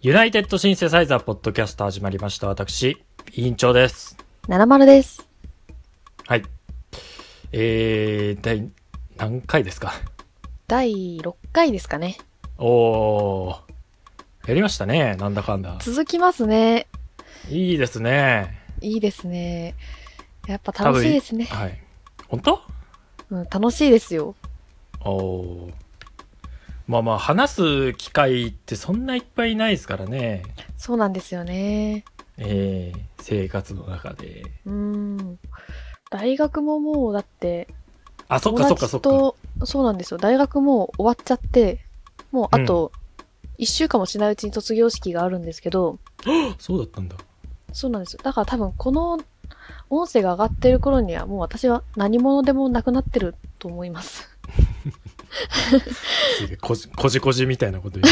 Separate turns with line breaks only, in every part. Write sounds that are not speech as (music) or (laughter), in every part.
ユナイテッドシンセサイザーポッドキャスト始まりました。私、委員長です。
七丸です。
はい。えー、第何回ですか
第6回ですかね。
おー。やりましたね。なんだかんだ。
続きますね。
いいですね。
いいですね。やっぱ楽しいですね。
はい。本当
うん、楽しいですよ。
おー。まあまあ、話す機会ってそんないっぱいないですからね。
そうなんですよね。
えー、生活の中で。
うーん。大学ももうだって、
あ、そっかそっかそっか。
と、そうなんですよ。大学もう終わっちゃって、もうあと1週間もしないうちに卒業式があるんですけど、
そうだったんだ。
そうなんですよ。だから多分この音声が上がってる頃にはもう私は何者でもなくなってると思います。 (laughs)
すげえ、こじ、こじこじみたいなこと言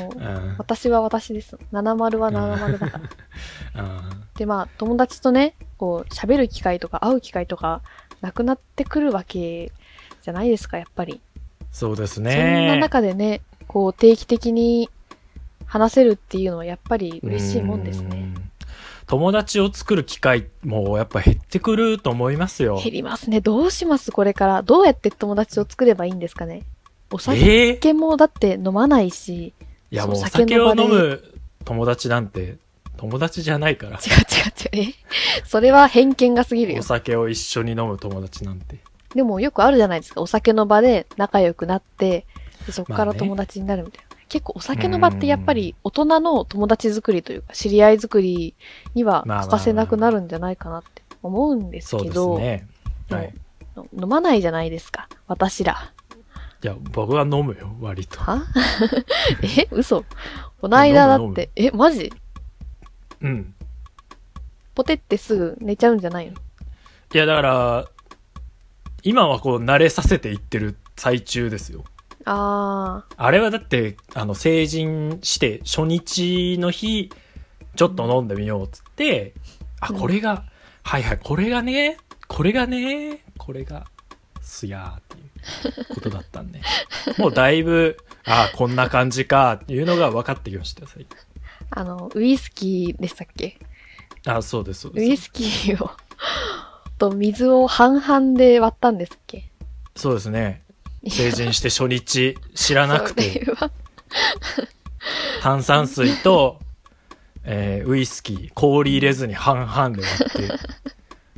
う。
もう
うん。
私は私です。70は70だから。
うん
(laughs) で、まあ、友達とね、こう、喋る機会とか会う機会とかなくなってくるわけじゃないですか、やっぱり。
そうです
そんな
ね。
中でね、こう、定期的に話せるっていうのはやっぱり嬉しいもんです
う
ね。
ん。友達を作る機会もやっぱ減ってくると思いますよ。
減りますね。どうしますこれから。どうやって友達を作ればいいんですかね。お
え
酒
え
もだって飲まないし、
いや
そ
も
う
うお
酒
酒
の
を
場で
飲む友達なんて友達じゃないから。
違う違う違う。え (laughs) それは偏見が過ぎるよ
お。酒を一緒に飲む友達なんて。
でもよくあるじゃないですか。お酒の場で仲良くなって、でそこか
ま
ら
あね
友達になるみたいな。結構お酒の場ってやっぱり大人の友達作りというか、知り合い作りには欠かせなくなるんじゃないかなって思うんです
そう
け
です
ど、
ね。はい。
飲まないじゃないですか。私ら。
いや、僕は飲むよ、割と。
は (laughs) え嘘こないだだ
飲
っ
む飲
て、え、マジ
うん。
ポテってすぐ寝ちゃうんじゃないの
いや、だから、今はこう慣れさせていってる最中ですよ。
あー、
あれはだって、あの、成人して初日の日、ちょっと飲んでみようっつって、あ、
うん
これが、はいはい、これがね、これがね、これが、すやーっていうことだった
(laughs)
んで。もうだいぶ、あこんな感じかっていうのが分かってきましたよ、最
あの、ウイスキーでしたっけ
近。あ、そうです、そう
ウイ
です。
スキーを (laughs) と水を半々で割ったんですっけ
そうですね。成人して初日、知らなく
そ
て、
れは
炭酸水と、えーウイスキー、氷入れずに半々で割って、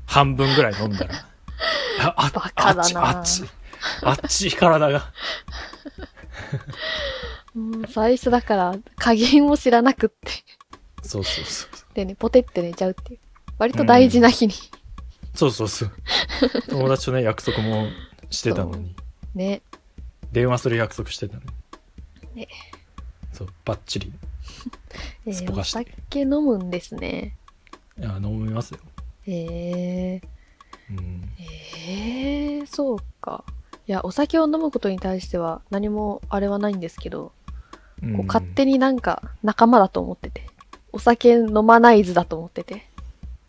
半分ぐらい飲んだら、あ、あ
バカだな
あっち、あっち、あっち体が。
うん最初だから加減を知らなくって。
そうそうそう。
でね、ポテって寝ちゃうっていう。割と大事な日に。
そうそうそう。友達とね、約束もしてたのに、
ね。
電話する約束してたのに。
ね
そう、ばっちり。
え
すっぽ
ー、お
かして
酒飲むんですね。
いや、飲みますよ。
えー、
うん。
えー、そうか。いや、お酒を飲むことに対しては何もあれはないんですけど、こう勝手
に。
になんか仲間だと思ってて。お酒飲まない図だと思ってて。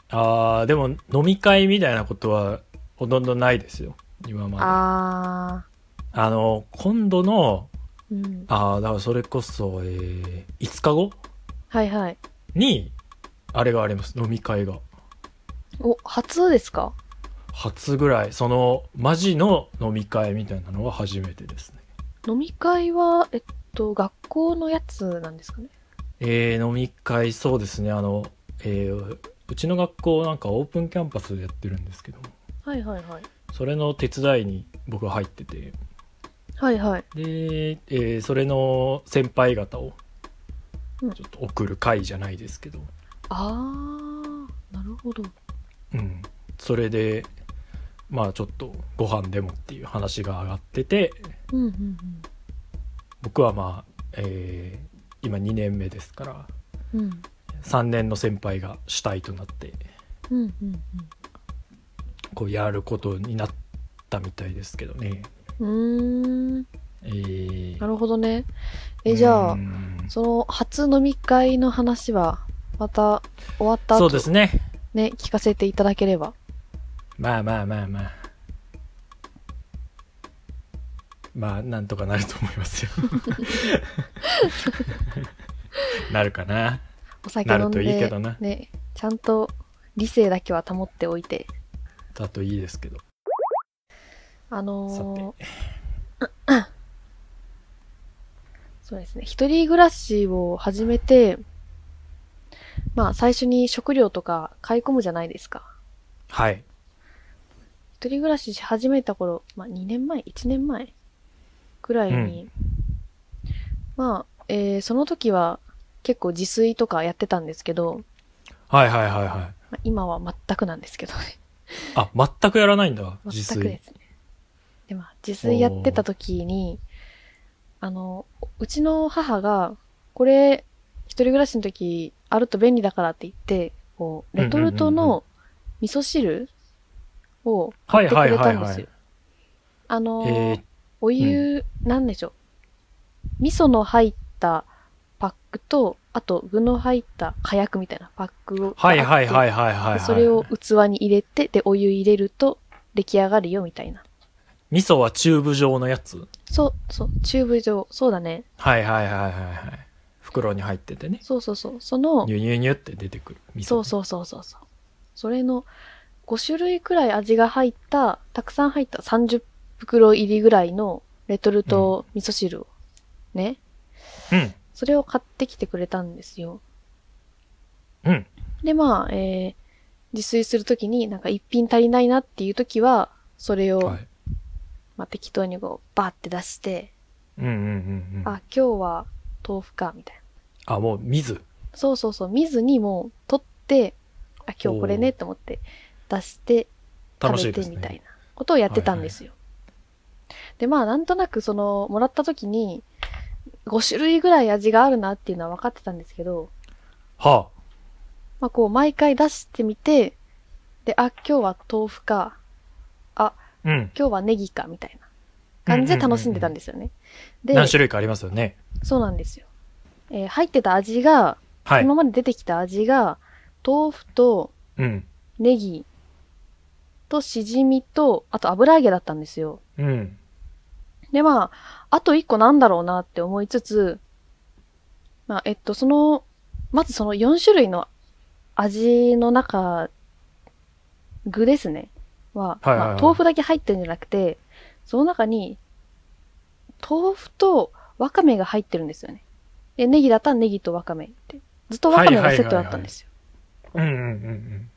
あーでも、飲み会みたいなことは、ほとんどないですよ。今まで。あ
あ
の、今度の、
ー。うん。
ああ、だからそれこそ、えー、5日後
はいはい。
に、あれがあります。飲み会が。
お、初ですか
初ぐらい、その、マジの飲み会みたいなのは初めてですね。
飲み会は、えっと、学校のやつなんですかね
えー飲み会、そうですね。あの、えーうちの学校なんかオープンキャンパスでやってるんですけど、
はいはいはい。
それの手伝いに僕は入ってて、
はいはい。
で、えーそれの先輩方を、
うん
ちょっと送る会じゃないですけど、
あー、なるほど。
うん、それでまあちょっとご飯でもっていう話が上がってて
うんうんうん。
僕はまあ、えー今2年目ですから
うん
3年の先輩が主体となって
うんうん
こうやることになったみたいですけどね。
うん。うーん、
えー
なるほどね。え、じゃ
う
あ
ー、ん
その初飲み会の話は、また終わった
そ
後
うですね
ね、聞かせていただければ。
まあまあまあまあまあなんとかなると思い
(laughs)
ますよ (laughs) なるかな
お酒
な
飲ん
ると
で、
いいけどな
ね、ちゃんと理性だけは保っておいて、
だといいですけど
あ
さ
のー
て
(coughs) そうですね、一人暮らしを始めて、まあ最初に食料とか買い込むじゃないですか。
はい
一人暮らしし始めた頃、まあ2年前、1年前くらいに、まあ、えーその時は結構自炊とかやってたんですけど、
はいはいはいはい
まあ今は全くなんですけどね。
あ全くやらないんだ自
全くで
炊
すね。で、まあ、自炊やってた時に、あの、うちの母が、これ、一人暮らしの時、あると便利だからって言って、こう、レトルト
うんうんうんう
の味噌汁を買ってくれたん
はいはい
で
はい
す
は
よ
い。
あの、
えー、
お湯、なんでしょう。味噌の入ったパックと、あと具の入った火薬みたいなパックを。。
はいはいはいいはいはい、はい、
でそれを器に入れて、で、お湯入れると出来上がるよみたいな。
味噌はチューブ状のやつ
そう、そう、チューブ状。そうだね。
はいはいはいはいはい袋に入っててね
そうそうそう。その
ニ、ュニュニュって出てくる味噌
そうそうそうそうそう。それの5種類くらい味が入った、たくさん入った30袋入りぐらいのレトルト味噌汁を、ね。
ううん
それを買ってきてくれたんですよ。
うん
で、まあ、えー、自炊するときになんか一品足りないなっていうときは、それを、
はい
まあ、適当にこう、バーって出して、
うんうんうんうん
あ、今日は豆腐か、みたいな。
あもう水
そうそうそう、見ずにもう取って、あ、今日これねと思って出して
楽
食
しい
べ
で
て
す
みたい
ね
なことをやってたんですよ。で、まあなんとなくその、もらった時に5種類ぐらい味があるなっていうのは分かってたんですけど、
はあ
まあこう毎回出してみて、で、あ、今日は豆腐か、
うん
今日はネギかみたいな感じで楽しんでたんですよね。で、
何種類かありますよね
そうなんですよ。えー入ってた味が、
はい
今まで出てきた味が、豆腐と
うん
ネギとしじみと、あと油揚げだったんですよ。
うん
で、まあ、あと一個なんだろうなって思いつつ、まあ、えっと、その、まずその4種類の味の中、具ですね。は、
はいはいはい
まあ、豆腐だけ入ってるんじゃなくて、その中に、豆腐とわかめが入ってるんですよね。で、ネギだったらネギとわかめって。ずっとわかめがセットだったんですよ。
うんうんうんうん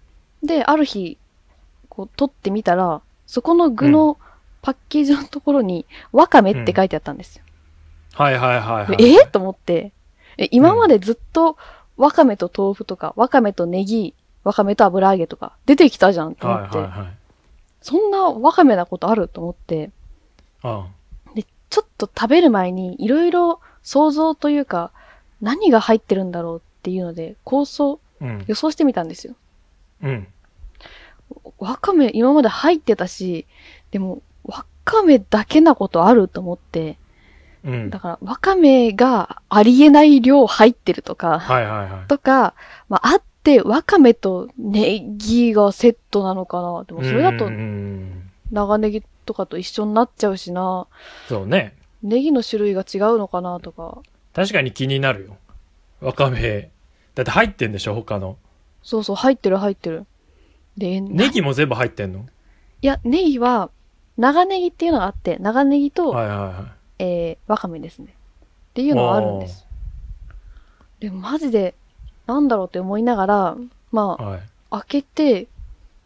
で、ある日、こう、取ってみたら、そこの具のパッケージのところに、わかめって書いてあったんですよ。
はいはいはいはい
えーと思って、え、今までずっと、わかめと豆腐とか、わかめとネギ、わかめと油揚げとか、出てきたじゃんと思
は
っ
い
て、
はいはい
そんなわかめなことあると思って、
あ
ちょっと食べる前に、いろいろ想像というか、何が入ってるんだろうっていうので、構想、
あうん
予想してみたんですよ。
うん
わかめ今まで入ってたし、でも、わかめだけなことあると思って、
うん
だから、わかめがありえない量入ってるとか、
はいはいはい
とか、まあ、あって、わかめとネギがセットなのかな。でも、それだと
うんうんうん
長ネギとかと一緒になっちゃうしな。
そうね
ネギの種類が違うのかなとか。
確かに気になるよわかめだって入ってんでしょ他の
そうそう、入ってる入ってる。で、
ネ
な
ギも全部入ってんの
いや、ネギは、長ネギっていうのがあって、長ネギと、
はいはいは
えー、わかめですね。っていうのはあるんです。でもマジで、なんだろうって思いながら、
い
ま
はい
あ、開けて、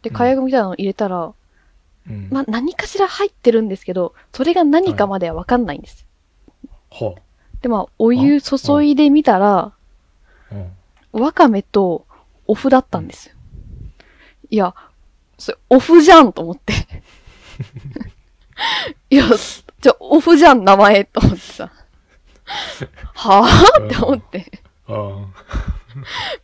で、
うん
火薬みたいなの入れたら、
うん
まあ、何かしら入ってるんですけど、それが何かまではわかんないんです。
ほ
で、まあ、お湯注いでみたら、
ううん
わかめと、お麩だったんですよ。いや、それ、お麩じゃんと
(laughs)
思って。いや、じゃあ、お麩じゃん、名前、と思ってさ。はぁって思って。
ああ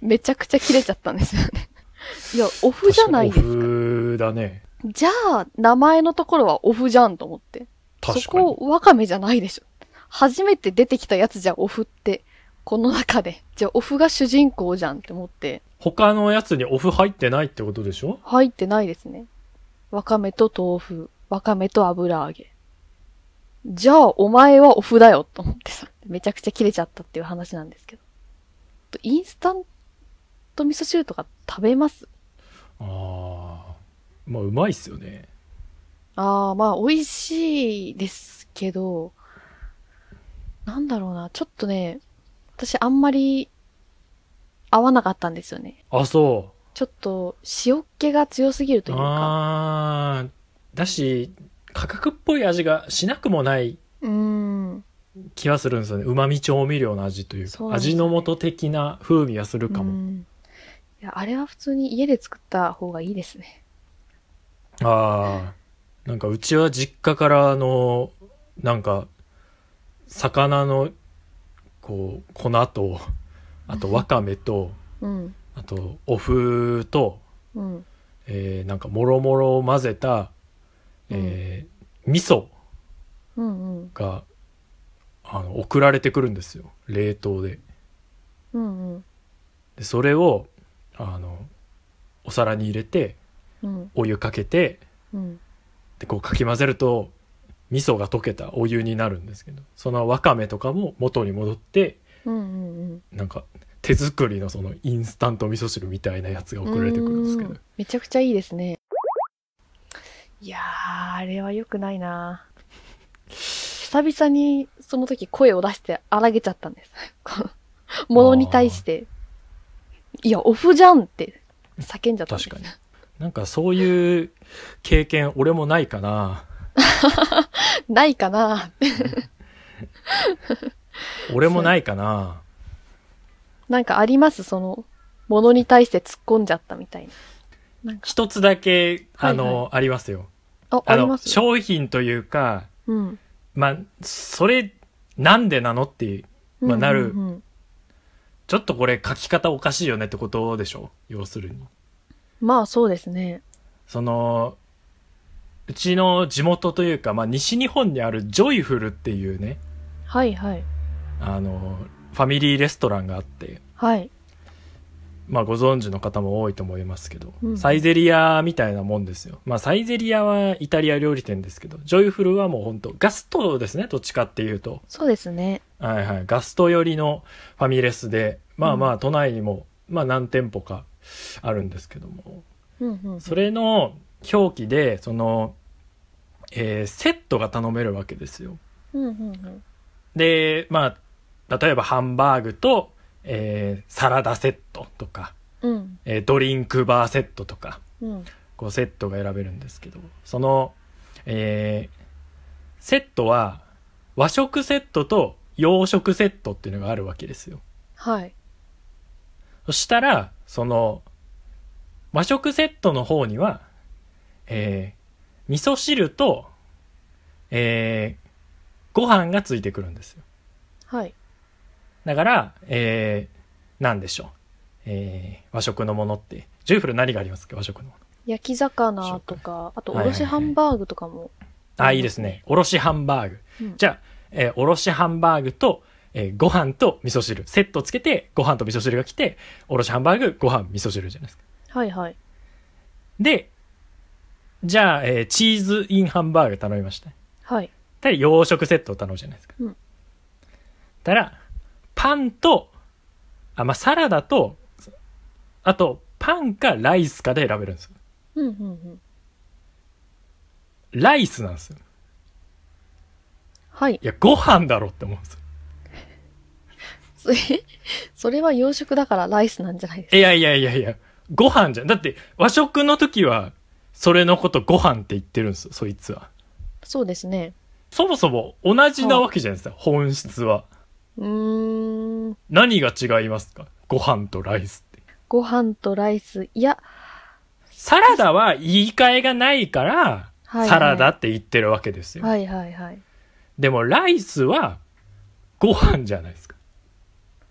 めちゃくちゃ切れちゃったんですよね。 (laughs) いや、オフじゃないです
オ
か。
フだね
じゃあ、名前のところはオフじゃんと思って。
確
そ
かに
こ、ワカメじゃないでしょ。初めて出てきたやつじゃんオフって。この中で。じゃあ、オフが主人公じゃんって思って。
他のやつにオフ入ってないってことでしょ
入ってないですね。ワカメと豆腐、ワカメと油揚げ。じゃあお前はオフだよと思ってさ、めちゃくちゃ切れちゃったっていう話なんですけど。とインスタント味噌汁とか食べます
ああまあうまいっすよね
ああ、まあ、美味しいですけど、なんだろうな、ちょっとね、私あんまり合わなかったんですよね。
あそう
ちょっと塩っ気が強すぎるというか、
あーだし価格っぽい味がしなくもないう
ーん、
気はするんですよねうまみ調味料の味というか
そうなんです
味
よね
の素的な風味がするか
う
も、
んいや、あれは普通に家で作った方がいいですね。
ああなんかうちは実家からあのなんか魚のこう粉とあとわかめと
うん、
あとお麩と、
うん、
えーなんかもろもろを混ぜた、えー味噌
うん、うん、
があの送られてくるんですよ冷凍で
うん、うん、
でそれをあのお皿に入れて
うん、
お湯かけて
うん。
でこうかき混ぜると味噌が溶けたお湯になるんですけどそのわかめとかも元に戻って
うんうん
なんか手作りのそのインスタント味噌汁みたいなやつが
うん。
送られてくるんですけ
う
ど
んめちゃくちゃいいですね。いやー、あれは良くないな久々にその時声を出して荒げちゃったんです。 (laughs) このものに対して、いや、オフじゃんって叫んじゃったんです。
確かになんかそういう経験俺もないかな
ないかな
俺もないかな
なんかありますその、ものに対して突っ込んじゃったみたいな。なんか、
一つだけあの、
はい
ありますよ
あ、あ
あ
り
の
ます
商品というか
うん。
まあそれなんでなのっていうまあなる
うんうんうん
ちょっとこれ書き方おかしいよねってことでしょ要するに
まあそうですね。
そのうちの地元というか、まあ、西日本にあるジョイフルっていうね
はいはい。
あのファミリーレストランがあって、
はい。
まあ、ご存知の方も多いと思いますけど、
うん
サイゼリアみたいなもんですよ、まあ、サイゼリアはイタリア料理店ですけどジョイフルはもう本当ガストですねどっちかっていうと、
そうですね。
はいはい、ガスト寄りのファミレスでまあまあ都内にも、まあ、何店舗かあるんですけども
うんうんうん。
それの表記でその、えーセットが頼めるわけですよ
うんうんうん。
でまあ例えばハンバーグと、えーサラダセットとか、
うん。
えードリンクバーセットとか
うん。
こうセットが選べるんですけどその、えーセットは和食セットと洋食セットっていうのがあるわけですよ
はい。
そしたら、その、和食セットの方には、えー、味噌汁と、えー、ご飯がついてくるんですよ。
はい。
だから、えー、なんでしょう。えー、和食のものって。ジューフル何がありますか和食のも
焼き魚とか、あとおろしハンバーグとかも。
の。あ、いいですね。おろしハンバーグ。
うん
じゃあ、えーおろしハンバーグと、えーご飯と味噌汁。セットつけて、ご飯と味噌汁が来て、おろしハンバーグ、ご飯、味噌汁じゃないですか。
はいはい。
で、じゃあ、えーチーズインハンバーグ頼みました。
はい。
たら洋食セットを頼むじゃないですか。
うん
たら、パンと、あ、まあ、サラダと、あと、パンかライスかで選べるんですよ。
うんうんうん。
ライスなんですよ。
はい
い。や、ご飯だろって思うんですよ。
そ (laughs) それは洋食だからライスなんじゃないですか。
いやいやいやいや、ご飯じゃん。だって、和食の時は、それのことご飯って言ってるんですよ、そいつは。
そうですね。
そもそも同じなわけじゃないですか、本質は。
うーん。
何が違いますかご飯とライスって。
ご飯とライス。いや、
サラダは言い換えがないから、
はいはい
サラダって言ってるわけですよ。
はいはいはい。
でもライスはご飯じゃないですか。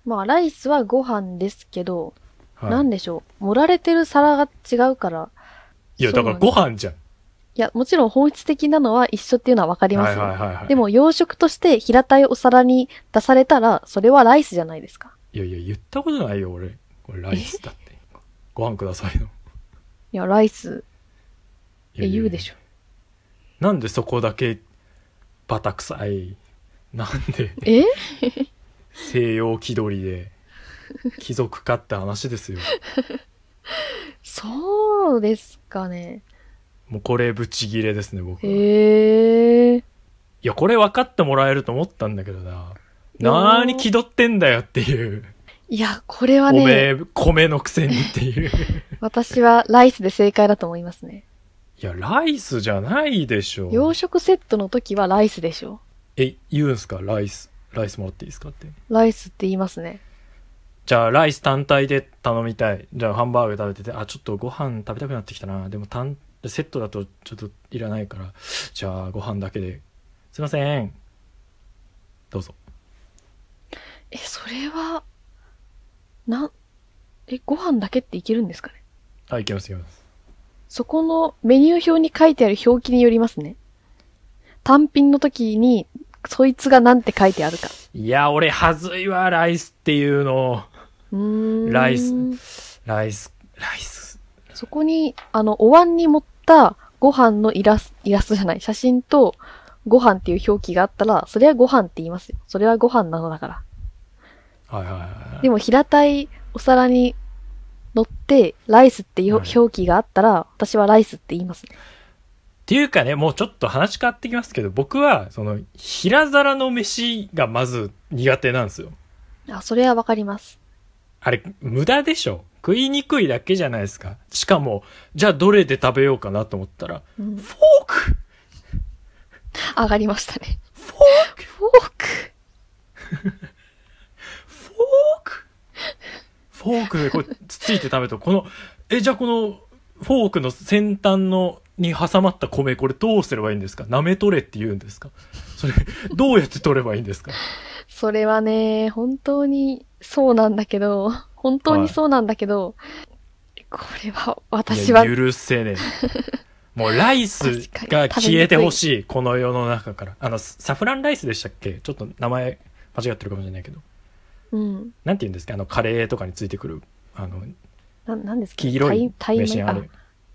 まあ、ライスはご飯ですけど、
はい
なんでしょう。盛られてる皿が違うから。
いや、だから
そう
ご飯じゃん。
いや、もちろん本質的なのは一緒っていうのはわかりま
は
す
い
よ。
はいはいはい。
で、も、洋食として平たいお皿に出されたら、それはライスじゃないですか。
いやいや、言ったことないよ、俺。これライスだって。ご飯くださいの。
いや、ライス、
いやいやいや
言うでしょ。
なんでそこだけバタ臭いなんで
え
西洋気取りで貴族かって話ですよ
そうですかね。
もうこれブチギレですね僕は、い
へえ。
やこれ分かってもらえると思ったんだけどな
やー
なーに気取ってんだよっていう、
いや、これは
おめ
ね、
え米のくせにっていう (laughs)
私はライスで正解だと思いますね。
いやライスじゃないでしょ
洋食セットの時はライスでしょ。
え言うんすかライスライスもらっていいですかって
ライスって言いますね。
じゃあライス単体で頼みたいじゃあハンバーグ食べててあちょっとご飯食べたくなってきたなでも単セットだとちょっといらないからじゃあご飯だけですいませんどうぞ
え、それは、な、え、ご飯だけっていけるんですかね
あいけますいけます
そこのメニュー表に書いてある表記によりますね。単品の時に、そいつが何て書いてあるか。
いや俺はずいわライスっていうの
うーん。
ライスライスライス
そこに、あの、お椀に盛ったご飯のイラスイラストじゃない、写真とご飯っていう表記があったら、それはご飯って言いますよ。それはご飯なのだから。
はいはいはい
でも平たいお皿に乗って、ライスっていう
はい
表記があったら、私はライスって言いますね。
っていうかね、もうちょっと話変わってきますけど、僕は、その、平皿の飯がまず苦手なんですよ。
あ、それはわかります。
あれ、無駄でしょ食いにくいだけじゃないですか。しかも、じゃあどれで食べようかなと思ったら、
うん、
フォーク
上がりましたね。
フォーク
フォーク
フォークフォークでこう、つついて食べると、この、え、じゃあこの、フォークの先端の、に挟まった米、これどうすればいいんですか舐め取れって言うんですかそれ、どうやって取ればいいんですか
それはね、本当にそうなんだけど、本当にそうなんだけど、これは、私はい
や、許せね
(laughs)
え。もうライス
確か
が
に
消えてほしい、この世の中から。あの、サフランライスでしたっけちょっと名前間違ってるかもしれないけど。
うん。
なんて言うんですかあの、カレーとかについてくる、あの、
な、なんですか
黄色い
タイタイ
飯あ
あ
る。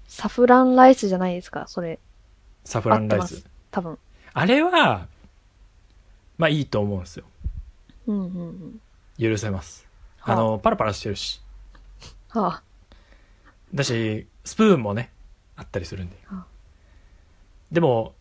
サフランライスじゃないですか、それ。
サフ
合
ラ
っ
ン
て
ライ
ま
ス
す。。多分。
あれは、まあいいと思うんですよ。
うんうんうん。
許せます。あの、パラパラしてるし。
はあ、
だし、スプーンもね、あったりするんで
あ。
でも、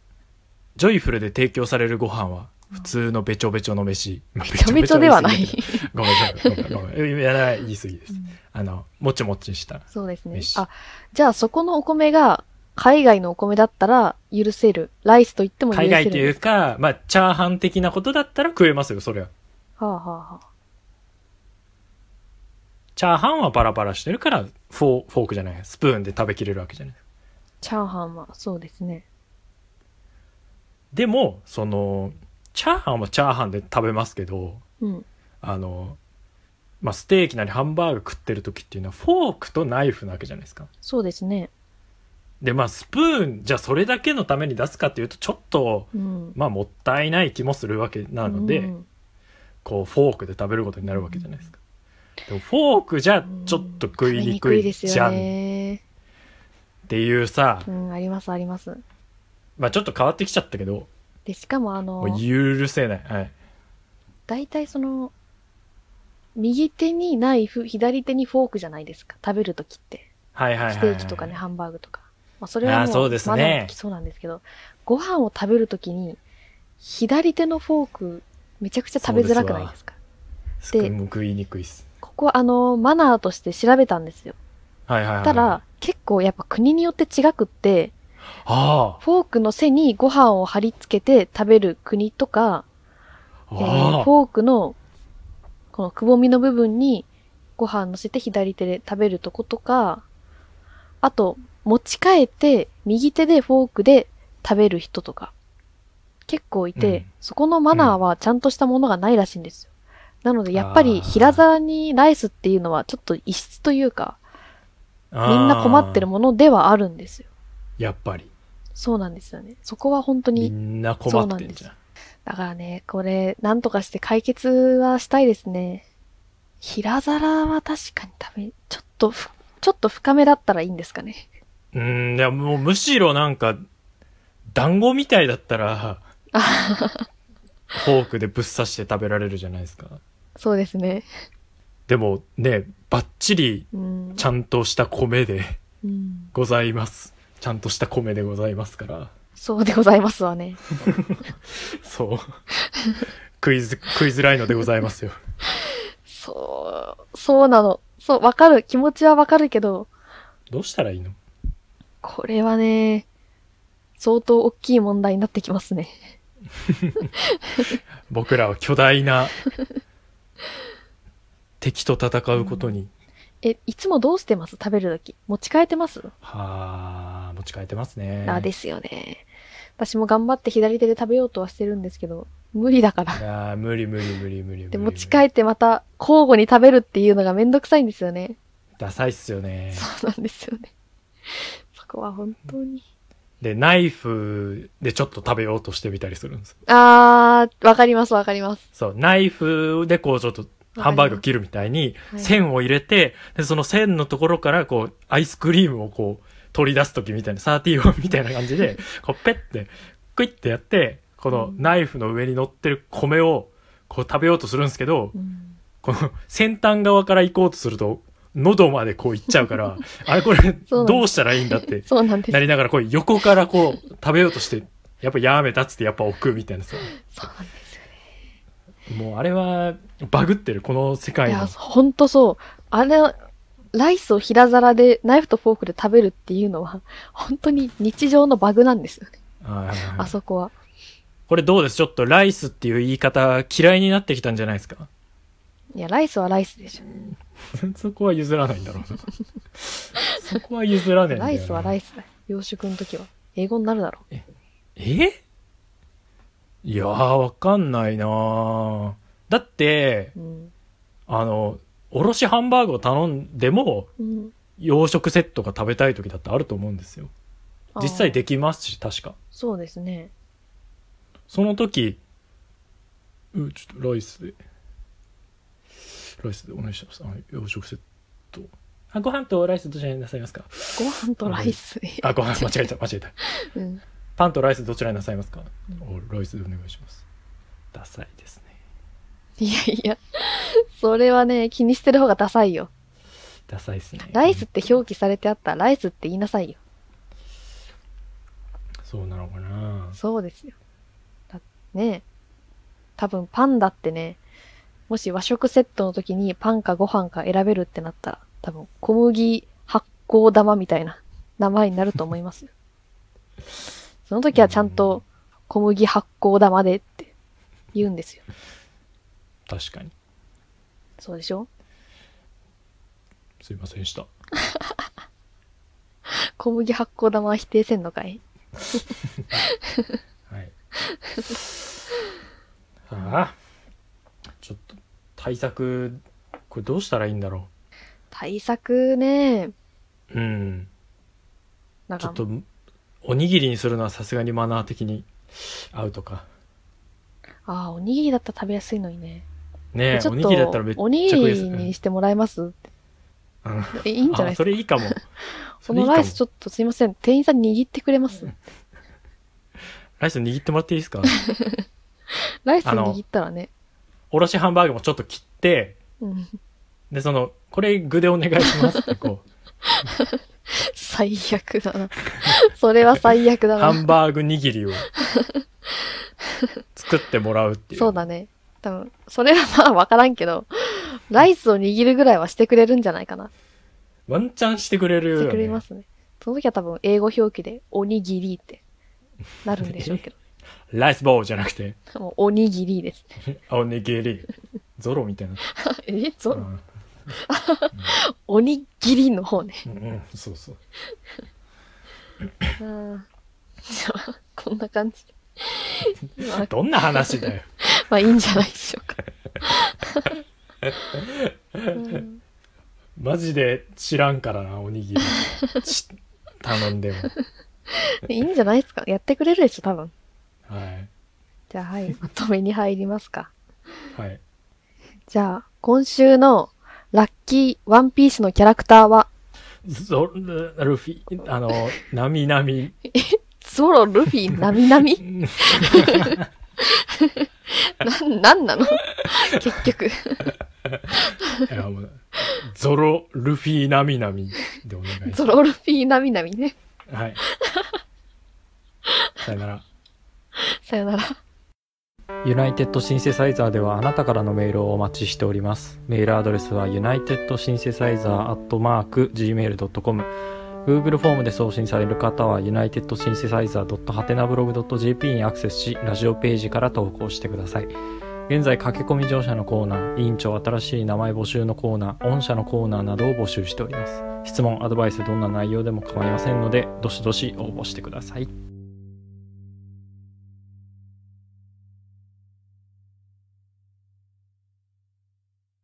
ジョイフルで提供されるご飯は、普通のべちょべちょの飯。べ
めちゃめちゃではない。
ごめんなさい。ごめんごめん。いや、ない言い過ぎです。あの、もちもちした。
そうですね
飯。
あ、じゃあそこのお米が、海外のお米だったら許せる。ライスと言っても許せ
海
る。
外というか、まあ、チャーハン的なことだったら食えますよ、そりゃ。
はあはあはあ。
チャーハンはパラパラしてるから、フォーフォークじゃない、スプーンで食べきれるわけじゃない。
チャーハンは、そうですね。
でも、その、チャーハンはチャーハンで食べますけど、
うん。
あの、まあ、ステーキなりハンバーグ食ってる時っていうのは、フォークとナイフなわけじゃないですか。
そうですね。
で、まあ、スプーン、じゃあそれだけのために出すかっていうと、ちょっと、
うん。
まあ、もったいない気もするわけなので、
うん
こうフォークで食べることになるわけじゃないですか。でもフォークじゃちょっと食いにく
食べ
い
です
じ
よ
ゃんっ
ね。
ていうさ、
うん、ありますあります。
まあちょっと変わってきちゃったけど、
で、しかもあの
もう、許せない。はい。
大体その、右手にナイフ、左手にフォークじゃないですか。食べるときって。
はいはいはいはい。
ステーキとかね、ハンバーグとか。まあ、それは
あー
も、
そううです
マ
ね
ナーの時そうなんですけど、ご飯を食べるときに、左手のフォーク、めちゃくちゃ食べづらくないですか
す
で
もう食いにくいっす。
ここはあの、マナーとして調べたんですよ。
はいはいはい。
た
あ
ら、結構やっぱ国によって違くって、
あ、
フォークの背にご飯を貼り付けて食べる国とか、えー
ああ、
フォークの、このくぼみの部分にご飯乗せて左手で食べるとことか、あと、持ち替えて右手でフォークで食べる人とか、結構いて、
うん
そこのマナーはちゃんとしたものがないらしいんですよ。なので、やっぱ
あー
り平皿にライスっていうのはちょっと異質というか、みんな困ってる
も
ものではあるんですよ。
ん。やっぱり。
そうなんですよね。そこは本当
み
に
んな困ってんじゃん。
だからね、これ、なんとかして解決はしたいですね。平皿は確かに食べ、ちょっとふ、ちょっと深めだったらいいんですかね。
うーん、いやもうむしろなんか、団子みたいだったら、フォークでぶっ刺して食べられるじゃないですか。
そうですね。
でもね、ばっちり
うん
ち。ゃんとした米で (laughs)
うん、
ございます。ちゃんとした米でございますから。
そうでございますわね。
そう。食いず、食いづらいのでございますよ。
そう、そうなの。そう、わかる。気持ちはわかるけど、
どうしたらいいの
これはね、相当大きい問題になってきますね。
僕らは巨大
(laughs)
な敵と戦うことに、
え、いつもどうしてます食べるとき。持ち帰ってます、
はあ、持ち帰ってますね。
あ、ですよね。私も頑張って左手で食べようとはしてるんですけど、無理だから
い。やー無理無理無理無理無理。
で、持ち帰ってまた交互に食べるっていうのがめんどくさいんですよね。
ダサいっすよね。
そうなんですよね。そこは本当に。
で、ナイフでちょっと食べようとしてみたりするんです。
あー、わかりますわかります。
そう、ナイフでこうちょっとハンバーグ切るみたいに
はい
線を入れて、で、その線のところからこうアイスクリームをこう取り出すときみたいな、31みたいな感じ
(laughs)
で、こうペッて、クイッてやって、このナイフの上に乗ってる米をこう食べようとするんですけど
う、ん、
この先端側から行こうとすると、喉までこう行っちゃうから、あれこれ
そうなんです
どうしたらいいんだって
そうなんです
な。りながらこう横からこう食べようとして、やっぱやめたっつってやっぱ置くみたいなさ。
そうなんですよね。
もうあれはバグってる、この世
い
界
や、
の。
ほんとそう。あれ、ライスを平皿でナイフとフォークで食べるっていうのは、本当に日常のバグなんですよね。
はいはいは
あ
い
そこは。
これどうですちょっとライスっていう言い方嫌いになってきたんじゃないですか (laughs)
いや、ライスはライスでしょ。
そこは譲らないんだろ
(laughs)
うな。そこは譲らねえんだよな
ライスはライスだよ。洋食の時は。英語になるだろう。
えいやー、わかんないなーだって、
うん。
あの、おろしハンバーグを頼んでも、
うん、
洋食セットが食べたい時だってあると思うんですよ。
あー
実際できますし、確か。
そうですね。
その時、うちょっとライスで、ライスでお願いします。あの洋食セット。あ、ご飯とライスどちらになさいますか
ご飯とライスで。
あ、ご飯、間違えた、間違えた。
うん。
パンとライスどちらになさいますか、
うん
おライスでお願いします。ダサいですね。
いやいや、それはね、気にしてる方がダサいよ。
ダサいですね。
ライスって表記されてあったら、ライスって言いなさいよ。
そうなのかな
そうですよ。だねえ多分パンだってね、もし和食セットの時にパンかご飯か選べるってなったら、多分小麦発酵玉みたいな名前になると思いますよ。 (laughs) その時はちゃんと小麦発酵玉でって言うんですよ。
確かに。
そうでしょ
すいませんでした。
小麦発酵玉は否定せんのかい (laughs)
はい。ああ。ちょっと、対策、これどうしたらいいんだろ
対策ね
ううん。
なん
ちょ
か
っと、おにぎりにするのはさすがにマナー的に合うとか。
ああ、おにぎりだったら食べやすいのにね。
ね
ち
え、
ょ
お
っ
にぎりだったらめっ
と
ち、ゃ
おにぎ
食いやす
り
い。
にしてもらえます
うんうん
えいいんじゃない
あ
です
そ
か
れいいか
(laughs)
も。
そのライスち
ょ
ょっとすいません。店員さん握ってくれます
ライス握ってもらっていいですか
ライス
あの
握ったらね。
おろしハンバーグもちょっと切って、
うん。
で、その、これ具でお願いしますってこう、
最悪だな。 (laughs) それは最悪だ
ハ
な。
ンバーグ握りを作ってもらうっていう。
そうだね。多分、それはまあわからんけど、ライスを握るぐらいはしてくれるんじゃないかな。
ワンチャンしてくれるよ、
し
ね。
てくれますね。その時は多分、英語表記で、おにぎりってなるんでしょうけ
ライスボールじゃなくて、 (laughs)
ど。もう、おにぎりです。
おにぎり。ゾロみたいな。
え、
う
そ
ん
おにぎりの方ね。
うんうん、そうそう。
うん (laughs) じゃあ、こんな感じで。まあ、
どんな話だよ。
まあいいんじゃないでしょうか。うん
マジで知らんからな、おにぎり。ち頼んでも。
いいんじゃないですか。やってくれるでしょ、多分。
はい。
じゃあ、はい、まとめに入りますか。
はい。
じゃあ、今週のラッキーワンピースのキャラクターは、
ゾル、ルフィ、あの、なみなみ、
ソロ、ルフィ、ナミナミ (laughs) なん、なんなの (laughs) 結局。
いやもうゾロ、ルフィ、ナミナミでお願いします
ゾロルフィ、ナミナミね。
はい。さよなら。
さよなら。
ユナイテッドシンセサイザーではあなたからのメールをお待ちしております。メールアドレスは unitedsynthesizer.gmail.com Google フォームで送信される方は unitedsynthesizer.hatenablog.jp にアクセスし、ラジオページから投稿してください。現在、駆け込み乗車のコーナー、委員長新しい名前募集のコーナー、御社のコーナーなどを募集しております。質問、アドバイス、どんな内容でも構いませんので、どしどし応募してください。